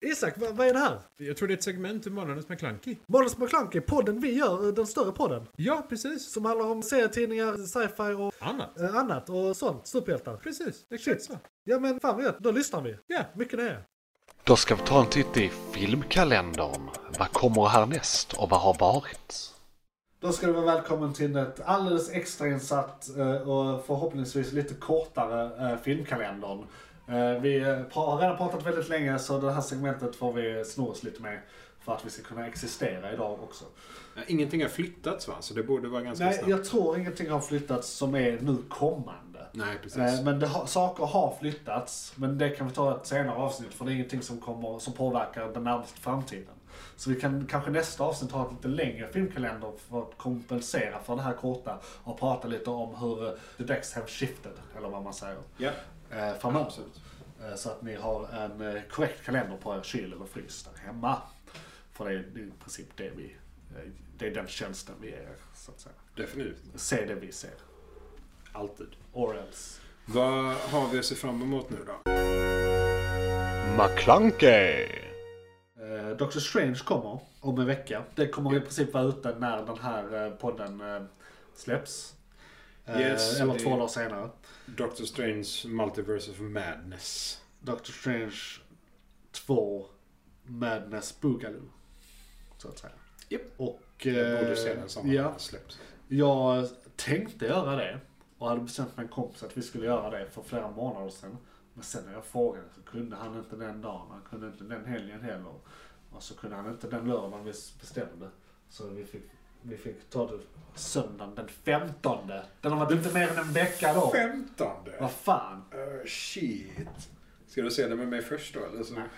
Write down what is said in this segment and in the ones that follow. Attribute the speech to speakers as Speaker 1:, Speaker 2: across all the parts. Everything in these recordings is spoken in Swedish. Speaker 1: Isak, vad, vad är det här?
Speaker 2: Jag tror det är ett segment ur Månadens McKlunky.
Speaker 1: Månadens McKlunky, podden vi gör, den större podden.
Speaker 2: Ja, precis.
Speaker 1: Som handlar om serietidningar, sci-fi och
Speaker 2: Annat.
Speaker 1: eh, annat och sånt. Superhjältar.
Speaker 2: Precis, exakt så.
Speaker 1: Ja men fan vad gött, då lyssnar vi.
Speaker 2: Ja.
Speaker 1: Mycket nöje.
Speaker 3: Då ska vi ta en titt i filmkalendern. Vad kommer härnäst och vad har varit?
Speaker 1: Då ska du vara välkommen till ett alldeles extrainsatt eh, och förhoppningsvis lite kortare eh, filmkalendern. Eh, Vi eh, pra- har redan pratat väldigt länge så det här segmentet får vi sno oss lite med för att vi ska kunna existera idag också.
Speaker 4: Ja, Ingenting har flyttats va? Så det borde vara ganska
Speaker 1: Nej,
Speaker 4: snabbt.
Speaker 1: jag tror ingenting har flyttats som är nu kommande.
Speaker 4: Nej, precis.
Speaker 1: Eh, Men det har, saker har flyttats, men det kan vi ta i ett senare avsnitt för det är ingenting som, kommer, som påverkar den närmaste framtiden. Så vi kan kanske nästa avsnitt ha ett lite längre filmkalender för att kompensera för det här korta och prata lite om hur eh, the decks have shifted, eller vad man säger,
Speaker 4: Ja,
Speaker 1: eh, framöver.
Speaker 4: absolut.
Speaker 1: Eh, Så att ni har en eh, korrekt kalender på er kyl eller frys där hemma. För det är det är i princip det vi, eh, det är den tjänsten vi är, så att säga.
Speaker 4: Definitivt.
Speaker 1: Se det vi ser,
Speaker 4: Alltid.
Speaker 1: or else.
Speaker 4: Vad har vi att se fram emot nu då?
Speaker 3: McClunkey!
Speaker 1: Eh, Doctor Strange kommer om en vecka. Det kommer i princip vara ute när den här eh, podden eh, släpps. Eh,
Speaker 4: Yes,
Speaker 1: eller
Speaker 4: det-
Speaker 1: två dagar senare.
Speaker 4: Doctor Strange Multiverse of Madness.
Speaker 1: Doctor Strange 2 Madness Boogaloo. Så att säga.
Speaker 4: Japp.
Speaker 1: Och...
Speaker 4: Jag borde
Speaker 1: eh,
Speaker 4: se den sommaren
Speaker 1: Ja,
Speaker 4: den släpps.
Speaker 1: jag tänkte göra det. Och hade bestämt med en kompis att vi skulle göra det för flera månader sedan. Men sen när jag frågade så kunde han inte den dagen, han kunde inte den helgen heller. Och så kunde han inte den lördagen vi bestämde. Så vi fick, vi fick ta det söndagen den 15. Den har varit inte mer än en vecka då.
Speaker 4: Femtonde!
Speaker 1: Vad fan.
Speaker 4: Eh, shit. Ska du se den med mig först då eller? Så?
Speaker 1: Nej,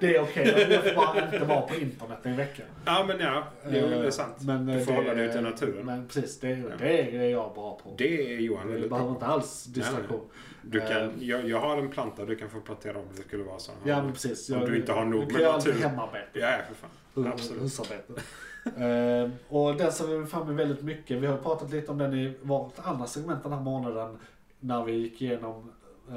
Speaker 1: det är okej. Jag får bara inte vara på internet i en vecka.
Speaker 4: Ja men ja, jo, det är sant.
Speaker 1: eh,
Speaker 4: du får
Speaker 1: det-
Speaker 4: hålla dig ute i naturen.
Speaker 1: Men precis, det, det är jag bra på.
Speaker 4: Det är Johan
Speaker 1: Jag
Speaker 4: väldigt
Speaker 1: behöver
Speaker 4: bra
Speaker 1: inte
Speaker 4: på.
Speaker 1: alls distraktion.
Speaker 4: Du
Speaker 1: Eh,
Speaker 4: kan, jag, jag har en planta, du kan få plantera om det skulle vara så.
Speaker 1: Ja, men precis.
Speaker 4: Om
Speaker 1: Jag-
Speaker 4: du inte har
Speaker 1: jag
Speaker 4: nog
Speaker 1: kan
Speaker 4: med
Speaker 1: göra lite
Speaker 4: natur.
Speaker 1: hemarbete.
Speaker 4: Ja, ja, för fan.
Speaker 1: Hu-
Speaker 4: Absolut.
Speaker 1: Husarbete. Ehm, och den ser vi fram emot väldigt mycket. Vi har pratat lite om den i vårt andra segment den här månaden. När vi gick igenom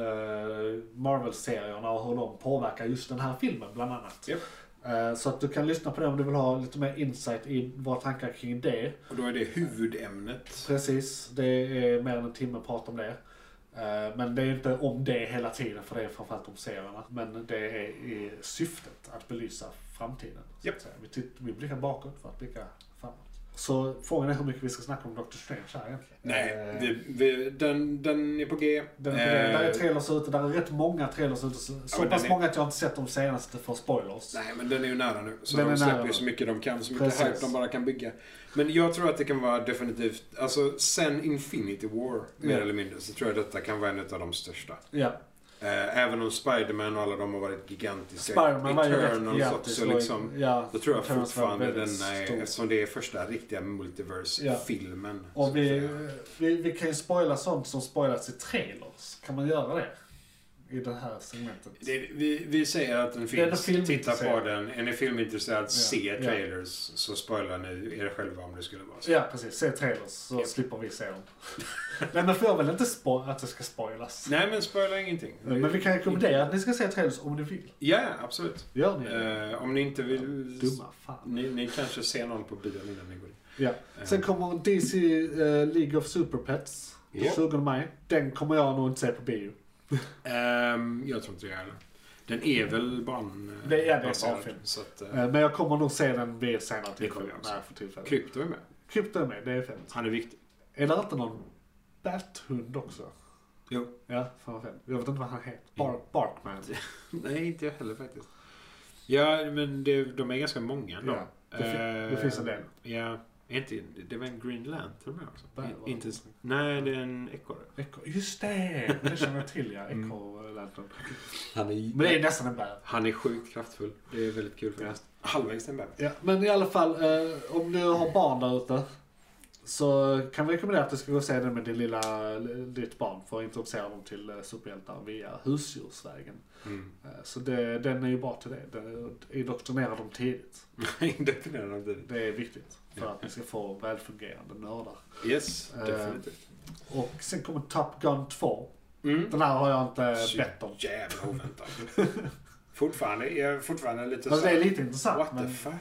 Speaker 1: eh, Marvel-serierna och hur de påverkar just den här filmen bland annat.
Speaker 4: Japp.
Speaker 1: Eh, så att du kan lyssna på det om du vill ha lite mer insight i våra tankar kring det.
Speaker 4: Och då är det huvudämnet.
Speaker 1: Precis, det är mer än en timme prat om det. Eh, Men det är inte om det hela tiden, för det är framförallt om serierna. Men det är i syftet att belysa framtiden. så att
Speaker 4: Japp.
Speaker 1: säga. Vi, titt- vi blickar bakåt för att blicka framåt. Så frågan är hur mycket vi ska snacka om Doctor Strange här egentligen.
Speaker 4: Nej,
Speaker 1: Eh,
Speaker 4: vi, vi, den, den är på G.
Speaker 1: Den,
Speaker 4: Eh,
Speaker 1: där är trailers ute, där är rätt många trailers ute. Så, så
Speaker 4: men
Speaker 1: pass
Speaker 4: den är-
Speaker 1: många att jag inte sett de senaste för spoilers.
Speaker 4: Nej, men den är ju nära nu. Så
Speaker 1: Den är
Speaker 4: de släpper
Speaker 1: nära nu.
Speaker 4: ju så mycket de kan, så mycket
Speaker 1: Precis.
Speaker 4: hype de bara kan bygga. Men jag tror att det kan vara definitivt, alltså sen Infinity War, mer
Speaker 1: Ja.
Speaker 4: eller mindre, så tror jag detta kan vara en av de största.
Speaker 1: Ja,
Speaker 4: Eh, även om Spider-Man och alla de har varit gigantiska.
Speaker 1: Spider-Man var ju rätt
Speaker 4: Eternals
Speaker 1: gigantisk.
Speaker 4: också
Speaker 1: och-
Speaker 4: liksom.
Speaker 1: ja,
Speaker 4: Då tror jag
Speaker 1: Eternals var
Speaker 4: fortfarande den eh,
Speaker 1: väldigt
Speaker 4: är,
Speaker 1: stor.
Speaker 4: eftersom det är första riktiga multiverse-filmen. så
Speaker 1: Och
Speaker 4: att
Speaker 1: vi,
Speaker 4: säga.
Speaker 1: vi, vi kan ju spoila sånt som spoilas i trailers. Kan man göra det? I det här segmentet.
Speaker 4: det, vi, vi säger att den
Speaker 1: Den är
Speaker 4: finns, titta på
Speaker 1: filmintresserad.
Speaker 4: den. Är ni filmintresserade, se
Speaker 1: ja.
Speaker 4: trailers. Så spoila nu er själva om det skulle vara så.
Speaker 1: Ja, precis. Se trailers så
Speaker 4: Ja.
Speaker 1: slipper vi se dem. Nej, men får jag väl inte spo- att det ska spoilas?
Speaker 4: Nej men spoila ingenting.
Speaker 1: Men vi kan rekommendera att ni ska se trailers om ni vill.
Speaker 4: Ja, absolut.
Speaker 1: Gör ni det?
Speaker 4: Eh, om ni inte vill...
Speaker 1: Dumma fan.
Speaker 4: Ni, ni kanske ser någon på bilen innan ni går in.
Speaker 1: Ja. Sen kommer DC eh, League of Super Pets.
Speaker 4: Ja.
Speaker 1: 20 maj. Den kommer jag nog inte se på bio.
Speaker 4: Ehm, jag tror inte jag heller. Den är väl barn... eh,
Speaker 1: Det är- ja, det är
Speaker 4: baserad,
Speaker 1: barnfilm.
Speaker 4: Så att, eh,
Speaker 1: Eh, Men jag kommer nog se den vid ett senare
Speaker 4: Det kommer
Speaker 1: tillfälle.
Speaker 4: jag också.
Speaker 1: Nej, för tillfället.
Speaker 4: Krypto är med.
Speaker 1: Krypto är med, det är fint.
Speaker 4: Han är viktig.
Speaker 1: Är det inte någon Bat-hund också?
Speaker 4: Jo.
Speaker 1: Ja, fan vad fint. Jag vet inte vad han heter. Bark, Barkman.
Speaker 4: Nej, inte jag heller faktiskt. Ja, men det, de är ganska många ändå.
Speaker 1: Ja, det, fi- det
Speaker 4: Eh,
Speaker 1: finns en del.
Speaker 4: Ja, är inte, det var en Green Lantern med också.
Speaker 1: Där var
Speaker 4: I,
Speaker 1: det.
Speaker 4: inte, ens- nej, det är en ekorre.
Speaker 1: Echo, just det! Det känner jag till ja. Echo-lantern.
Speaker 4: Mm. Han är,
Speaker 1: Men det är nästan en bär.
Speaker 4: han är sjukt kraftfull. Det är väldigt kul faktiskt. Halvvägs till en bebis.
Speaker 1: Ja, men i alla fall, eh, om du har barn där ute så kan vi rekommendera att du ska gå och se den med din lilla, ditt barn för att introducera dem till eh, superhjältar via husdjursvägen.
Speaker 4: Mm.
Speaker 1: Eh, Så det, den är ju bra till det. Den indoktrinerar dem tidigt.
Speaker 4: Definierar de det.
Speaker 1: Det är viktigt för att ni ska få välfungerande nördar.
Speaker 4: Yes,
Speaker 1: Eh,
Speaker 4: definitivt.
Speaker 1: Och sen kommer Top Gun 2.
Speaker 4: Mm.
Speaker 1: Den här har jag inte
Speaker 4: Så
Speaker 1: bett om.
Speaker 4: Jävla oväntat. Fortfarande, jag är fortfarande lite
Speaker 1: Fast
Speaker 4: så
Speaker 1: det
Speaker 4: här,
Speaker 1: är lite intressant.
Speaker 4: What the
Speaker 1: men,
Speaker 4: fuck?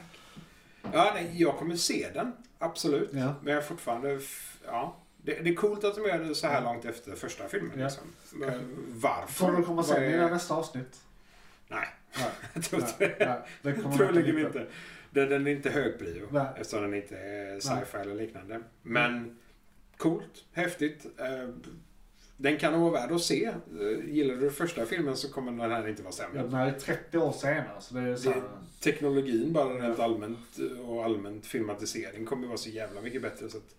Speaker 4: Ja, nej, jag kommer se den. Absolut.
Speaker 1: Ja.
Speaker 4: Men jag är fortfarande... f- Ja. Det, det är coolt att de gör det så här långt efter första filmen.
Speaker 1: Mm. Ja.
Speaker 4: Liksom. Men Varför?
Speaker 1: Tror du det kommer sen
Speaker 4: Vad
Speaker 1: i
Speaker 4: är-
Speaker 1: nästa avsnitt?
Speaker 4: Nej.
Speaker 1: Nej,
Speaker 4: Jag tror inte
Speaker 1: nej,
Speaker 4: det.
Speaker 1: nej, det kommer
Speaker 4: Troligen
Speaker 1: bli-
Speaker 4: inte. Den, den är inte hög prio.
Speaker 1: Nej.
Speaker 4: Eftersom den inte är sci-fi eller liknande.
Speaker 1: Mm.
Speaker 4: Men coolt, häftigt. eh, Den kan vara värd att se. Eh, Gillar du första filmen så kommer den här inte vara
Speaker 1: Ja,
Speaker 4: sämre.
Speaker 1: den här är 30 år senare så det är så här,
Speaker 4: Teknologin bara rent allmänt eh, och allmänt filmatisering kommer vara så jävla mycket bättre. Så att,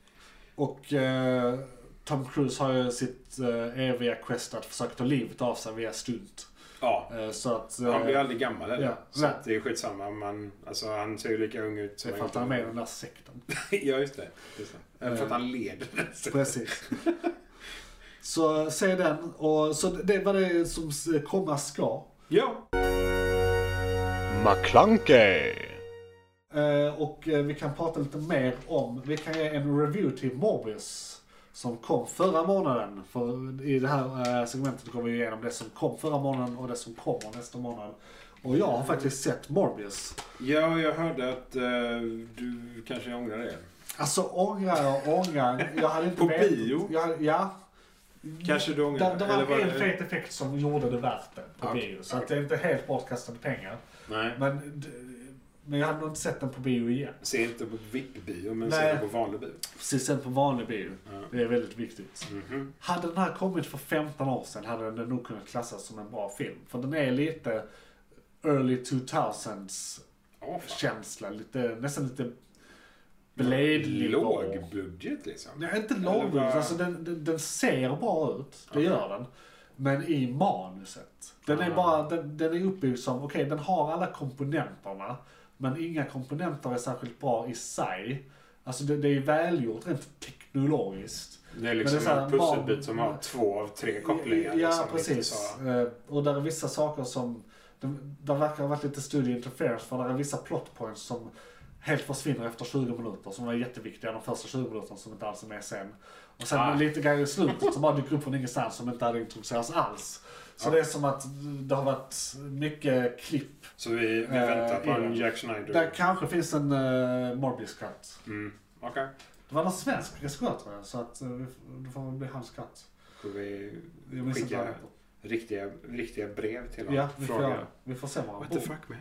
Speaker 1: Och eh, Tom Cruise har ju sitt eh, eviga quest att försöka ta livet av sig via stunt.
Speaker 4: ja,
Speaker 1: Eh, så att... Eh,
Speaker 4: han blir aldrig gammal eller?
Speaker 1: ja.
Speaker 4: Så
Speaker 1: Nej.
Speaker 4: att det är skitsamma. Man, alltså, han ser ju lika ung ut.
Speaker 1: det är
Speaker 4: han
Speaker 1: för att han är
Speaker 4: gjorde.
Speaker 1: med i den där sekten.
Speaker 4: Ja, just det. Just det. För att han leder den.
Speaker 1: Precis. Så se den. Och, så det var det som komma ska.
Speaker 4: Ja.
Speaker 3: McClunkey!
Speaker 1: Eh, Och eh, vi kan prata lite mer om, vi kan ge en review till Morbius. Som kom förra månaden. För i det här eh, segmentet går vi igenom det som kom förra månaden och det som kommer nästa månad. Och jag har faktiskt sett Morbius.
Speaker 4: Ja, jag hörde att eh, du kanske ångrar det.
Speaker 1: Alltså ångrar jag ångrar. Jag hade inte
Speaker 4: På
Speaker 1: vetat-
Speaker 4: bio?
Speaker 1: Jag, ja.
Speaker 4: Kanske du ångrar
Speaker 1: Det, det
Speaker 4: eller
Speaker 1: var
Speaker 4: var
Speaker 1: en
Speaker 4: det-
Speaker 1: fet effekt som gjorde det värt det på
Speaker 4: Okej,
Speaker 1: bio. Så att det
Speaker 4: okej.
Speaker 1: är inte helt bortkastade pengar.
Speaker 4: Nej.
Speaker 1: Men, d- men jag hade nog inte sett den på bio igen.
Speaker 4: Se inte på VIP-bio, men
Speaker 1: Nej.
Speaker 4: se på vanlig bio.
Speaker 1: Precis, sen på vanlig bio.
Speaker 4: Ja.
Speaker 1: Det är väldigt viktigt.
Speaker 4: Mhm.
Speaker 1: Hade den här kommit för 15 år sedan hade den nog kunnat klassas som en bra film. För den är lite early 2000s
Speaker 4: Åh, fan.
Speaker 1: känsla. Lite, nästan lite Blade-nivå.
Speaker 4: Låg budget liksom.
Speaker 1: Nej, inte
Speaker 4: Eller
Speaker 1: långbult.
Speaker 4: bara-
Speaker 1: Alltså den, den, den ser bra ut. Det gör den. Men i manuset. Den är
Speaker 4: Ah.
Speaker 1: bara, den, den är uppbyggd som, okej den har alla komponenterna. Men inga komponenter är särskilt bra i sig. Alltså det, det är välgjort rent teknologiskt.
Speaker 4: Det är
Speaker 1: Men
Speaker 4: liksom
Speaker 1: det är så här,
Speaker 4: en pusselbit
Speaker 1: barn-
Speaker 4: som har två av tre kopplingar.
Speaker 1: Ja,
Speaker 4: liksom, Inte
Speaker 1: precis.
Speaker 4: så...
Speaker 1: Eh, Och där är vissa saker som, de- där verkar ha varit lite studio interference för där är vissa plot points som helt försvinner efter 20 minuter som var jätteviktiga de första 20 minuterna som inte alls är med sen. Och sen
Speaker 4: Ah.
Speaker 1: lite grejer i slutet som bara dyker upp från ingenstans som inte hade introducerats alls. Så det är som att det har varit mycket klipp.
Speaker 4: så vi, vi
Speaker 1: Eh,
Speaker 4: väntar på en
Speaker 1: innan.
Speaker 4: Jack Schneider.
Speaker 1: Där kanske finns en uh, Morbius cut.
Speaker 4: Mm. Okej.
Speaker 1: Det var någon svensk regissör tror jag, så att eh, vi f- det får väl bli hans cut.
Speaker 4: Får vi
Speaker 1: Jag minns inte vad han
Speaker 4: skicka
Speaker 1: heter.
Speaker 4: riktiga, riktiga brev till honom?
Speaker 1: Ja, vi får,
Speaker 4: Fråga.
Speaker 1: göra det. vi får se vad han
Speaker 4: What the
Speaker 1: bor.
Speaker 4: fuck man?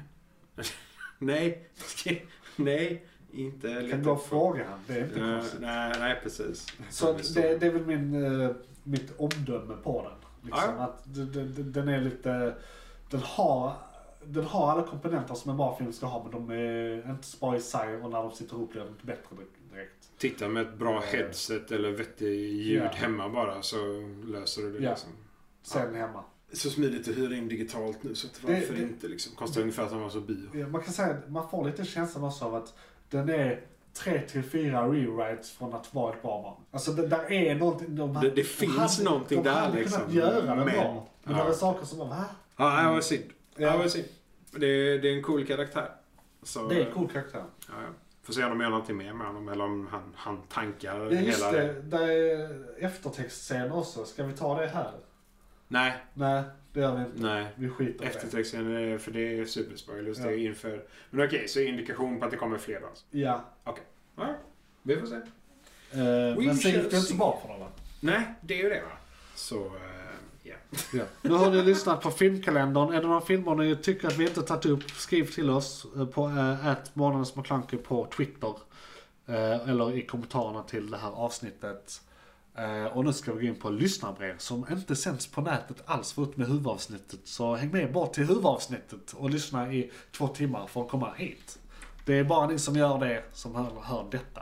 Speaker 4: nej, nej, inte
Speaker 1: kan
Speaker 4: lite
Speaker 1: gå och
Speaker 4: för-
Speaker 1: fråga han. Det är inte
Speaker 4: Eh,
Speaker 1: konstigt.
Speaker 4: nej, nej, precis.
Speaker 1: Så det, det är väl min, eh, mitt omdöme på den. Liksom,
Speaker 4: Ja.
Speaker 1: att d- d- d- den är lite... Den har, den har alla komponenter som en bra film ska ha men de är inte så bra i sig och när de sitter ihop blir de inte bättre di- direkt.
Speaker 4: Titta med ett bra headset eller vettig ljud
Speaker 1: Eh, Ja.
Speaker 4: hemma bara så löser du det.
Speaker 1: Ja.
Speaker 4: Liksom.
Speaker 1: Sen hemma.
Speaker 4: Så smidigt att hyra in digitalt nu så att
Speaker 1: Det-
Speaker 4: varför
Speaker 1: det-
Speaker 4: inte liksom. Kostar ungefär som att vara bio.
Speaker 1: Ja, Man kan säga att man får lite känslan också av att den är tre till fyra rewrites från att vara ett bra man. Alltså det, där är någonting. De,
Speaker 4: Det- det finns någonting
Speaker 1: de
Speaker 4: där,
Speaker 1: hade kunnat
Speaker 4: liksom.
Speaker 1: göra det
Speaker 4: Men-
Speaker 1: bra. Men
Speaker 4: Ja.
Speaker 1: det var saker som var, va?
Speaker 4: Ja, det var synd. Ja,
Speaker 1: Ja.
Speaker 4: det var synd. Det, det är en cool karaktär. Så,
Speaker 1: Det är en cool karaktär.
Speaker 4: Ja, ja. Får se om de gör någonting mer med honom eller om han, han tankar
Speaker 1: Ja, just
Speaker 4: hela
Speaker 1: det. Där är eftertextscen också. Ska vi ta det här?
Speaker 4: Nej,
Speaker 1: Nej, det gör vi inte.
Speaker 4: nej.
Speaker 1: Vi skiter i det.
Speaker 4: Eftertexten, är- för det är superspoilers.
Speaker 1: Ja.
Speaker 4: Det är inför... Men okej, så indikation på att det kommer fler då. alltså.
Speaker 1: Ja.
Speaker 4: Ja, vi får se.
Speaker 1: Eh,
Speaker 4: We
Speaker 1: men sen
Speaker 4: shall
Speaker 1: gick det inte så
Speaker 4: see.
Speaker 1: bra för dem va?
Speaker 4: Nej, det är ju det va. Så, eh, ja.
Speaker 1: Nu har ni lyssnat på filmkalendern. Är det några filmer ni tycker att vi inte tagit upp, skriv till oss eh, på att Månadens McKlunky på Twitter. eh, Eller i kommentarerna till det här avsnittet. Eh, Och nu ska vi gå in på lyssnarbrev som inte sänds på nätet alls förutom med huvudavsnittet. Så häng med bort till huvudavsnittet och lyssna i två timmar för att komma hit. Det är bara ni som gör det som hör, hör detta.